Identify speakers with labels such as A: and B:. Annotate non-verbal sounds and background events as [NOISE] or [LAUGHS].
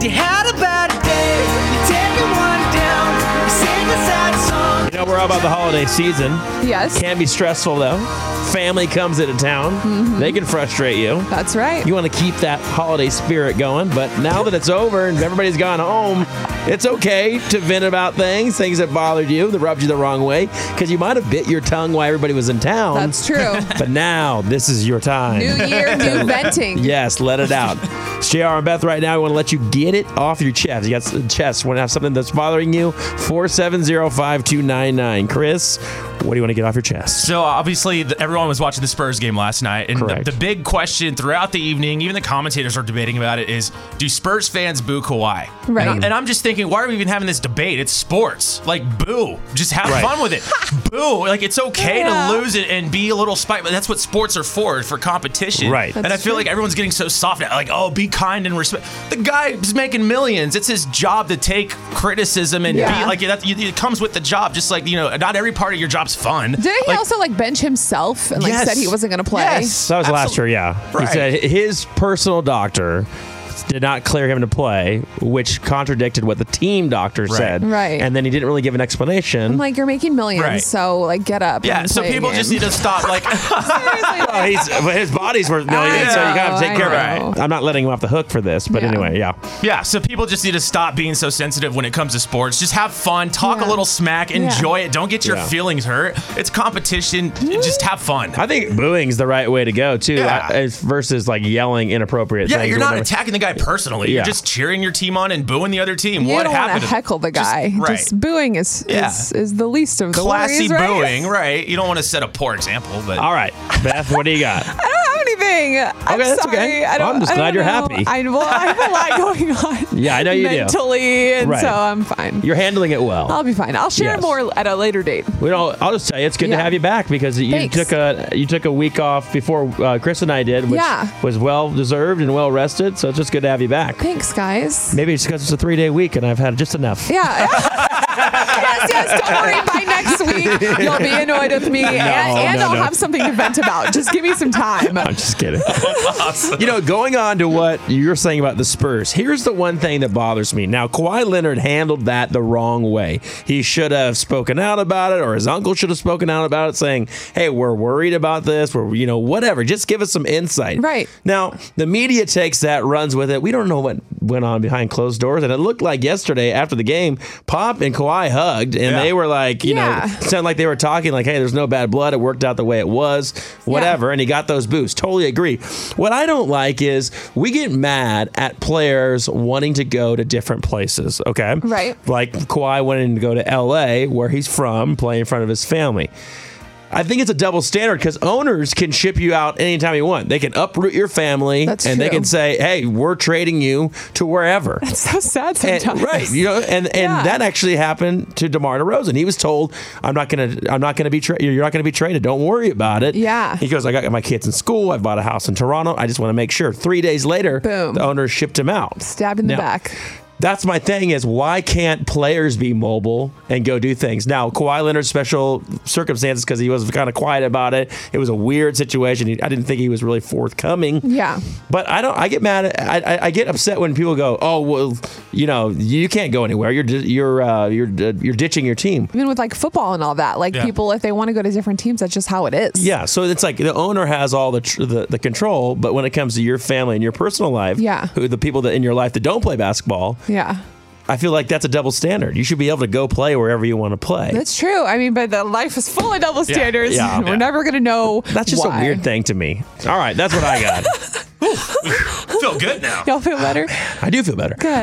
A: you had a bad day, you're taking one down, you sing a sad song.
B: You know, we're all about the holiday season.
C: Yes.
B: Can be stressful though. Family comes into town. They can frustrate you.
C: That's right.
B: You want to keep that holiday spirit going, but now that it's over and everybody's gone home, it's okay to vent about things, things that bothered you, that rubbed you the wrong way, because you might have bit your tongue while everybody was in town.
C: That's true.
B: [LAUGHS] But now this is your time.
C: new year, new venting.
B: Yes, let it
D: [LAUGHS]
B: out. It's JR and Beth right now. We want to let you get it off your chest. You got s- chest. Want to have something that's bothering you? 4705299. Chris, what do you want to get off your chest?
D: So obviously, the, everyone was watching the Spurs game last night, and
B: Correct.
D: the, the big question throughout the evening, even the commentators are debating about it, is do Spurs fans boo Kawhi?
C: Right.
D: And, I, am just thinking, why are we even having this debate? It's sports. Like boo, just have
B: Right.
D: fun with it.
B: [LAUGHS]
D: boo. Like it's okay
C: Yeah.
D: to lose it and be a little spite, but that's what sports are for, for competition.
B: Right.
D: and I
C: That's
D: feel
C: true.
D: like everyone's getting so soft now. Like, oh, be kind and respect. The guy's making millions. It's his job to take criticism and
C: Yeah.
D: be like that. It comes with the job. Just like you know, not every part of your job's fun.
C: Didn't he
D: Like-
C: also like bench himself and like
D: Yes.
C: said he wasn't going to play?
D: Yes.
B: That was last year,
D: Absolutely.
B: yeah.
D: Right.
B: He said his personal doctor did not clear him to play, which contradicted what the team doctor said.
C: Right.
B: And then he didn't really give an explanation.
C: I'm like, you're making millions,
D: Right.
C: so like get up.
D: Yeah,
C: and
D: so
C: play a
D: people
C: game. [LAUGHS]
D: just need to [LAUGHS] stop. Like,
C: Seriously, like-
B: Well, he's, but his body's worth millions,
D: I
B: so you gotta
C: know,
B: take
C: I
B: care
C: know.
B: of it. I'm not letting him off the hook for this, but
C: Yeah.
B: anyway, yeah.
D: yeah, so people just need to stop being so sensitive when it comes to sports. Just have fun, talk
C: Yeah.
D: a little smack, enjoy it. Don't get your
B: Yeah.
D: feelings hurt. It's competition. Just have fun.
B: I think booing's the right way to go too,
D: Yeah.
B: I- as versus like yelling inappropriate
D: Yeah,
B: things.
D: you're
B: or
D: not
B: whatever.
D: attacking the guy personally.
B: Yeah.
D: You're just cheering your team on and booing the other team.
C: You
D: what
C: don't
D: happened?
C: want to heckle the guy. Just,
D: Just, right.
C: booing is,
D: Yeah.
C: is is the least of the
D: Classy
C: worries, right?
D: booing, right? You don't want to set a poor example, but
B: All right, Beth, what do you got?
C: [LAUGHS] I don't have anything. I'm
B: Okay, that's
C: sorry.
B: okay.
C: I don't,
B: I'm just
C: I
B: glad
C: don't
B: you're
C: know.
B: happy.
C: I, well, I have a lot going on.
B: Yeah, I know you do.
C: mentally, and
B: Right.
C: so I'm fine.
B: You're handling it well.
C: I'll be fine. I'll share
B: Yes.
C: more at a later date.
B: we don't. I'll just tell you, it's good
C: Yeah.
B: to have you back because you
C: Thanks.
B: took a you took a week off before uh, Chris and I did, which
C: Yeah.
B: was well deserved and well rested. So it's just good to have you back.
C: Thanks, guys.
B: Maybe it's because it's a three day week and I've had just enough.
C: Yeah. [LAUGHS] yes, yes. Don't worry. By next week, you'll be annoyed with me, and, and
B: no,
C: I'll
B: no.
C: have something to vent about. Just give me some time.
B: [LAUGHS]
C: [LAUGHS]
B: I'm just kidding. You know, going on to what you're saying about the Spurs, here's the one thing that bothers me. Now, Kawhi Leonard handled that the wrong way. He should have spoken out about it, or his uncle should have spoken out about it, saying, "Hey, we're worried about this. We're, you know, whatever. Just give us some insight."
C: Right.
B: Now, the media takes that, runs with it. We don't know what went on behind closed doors, and it looked like yesterday after the game, Pop and Kawhi hugged, and
D: Yeah.
B: they were like, you
C: Yeah.
B: know, sounded like they were talking like, "Hey, there's no bad blood. It worked out the way it was. Whatever." And he got those boosts. Totally agree. What I don't like is we get mad at players wanting to go to different places. Okay,
C: Right.
B: Like Kawhi wanting to go to L.A., where he's from, play in front of his family. I think it's a double standard because owners can ship you out anytime you want. They can uproot your family
C: That's
B: and they
C: true.
B: can say, "Hey, we're trading you to wherever."
C: so sad
B: And-
C: sometimes.
B: right, you know, and and
C: Yeah.
B: that actually happened to Demar Derozan. He was told, "I'm not gonna, I'm not gonna be, tra- you're not gonna be traded. Don't worry about it."
C: Yeah.
B: He goes, "I got my kids in school. I bought a house in Toronto. I just want to make sure." Three days later,
C: Boom.
B: the owner shipped him out.
C: Stab in the
B: Now,
C: back.
B: That's my thing is why can't players be mobile and go do things? Now, Kawhi Leonard's special circumstances because he was kind of quiet about it. It was a weird situation. He, I didn't think he was really forthcoming.
C: Yeah.
B: But I don't. I get mad. At, I, I I get upset when people go, "Oh well, you know, you can't go anywhere. You're di- you're uh, you're uh, you're ditching your team."
C: Even with like football and all that, like
D: Yeah.
C: people, if they want to go to different teams, that's just how it is.
B: Yeah, so it's like the owner has all the, tr- the the control, but when it comes to your family and your personal life,
C: Yeah.
B: who the people that in your life that don't play basketball,
C: Yeah.
B: I feel like that's a double standard. You should be able to go play wherever you want to play.
C: That's true. I mean, but the life is full of double standards.
B: yeah,
C: We're
B: yeah.
C: never going to know.
B: That's just
C: why.
B: a weird thing to me.
C: [LAUGHS]
B: All right, that's what I got.
D: feel good now.
C: Y'all feel better?
B: [SIGHS] I do feel better.
C: Good.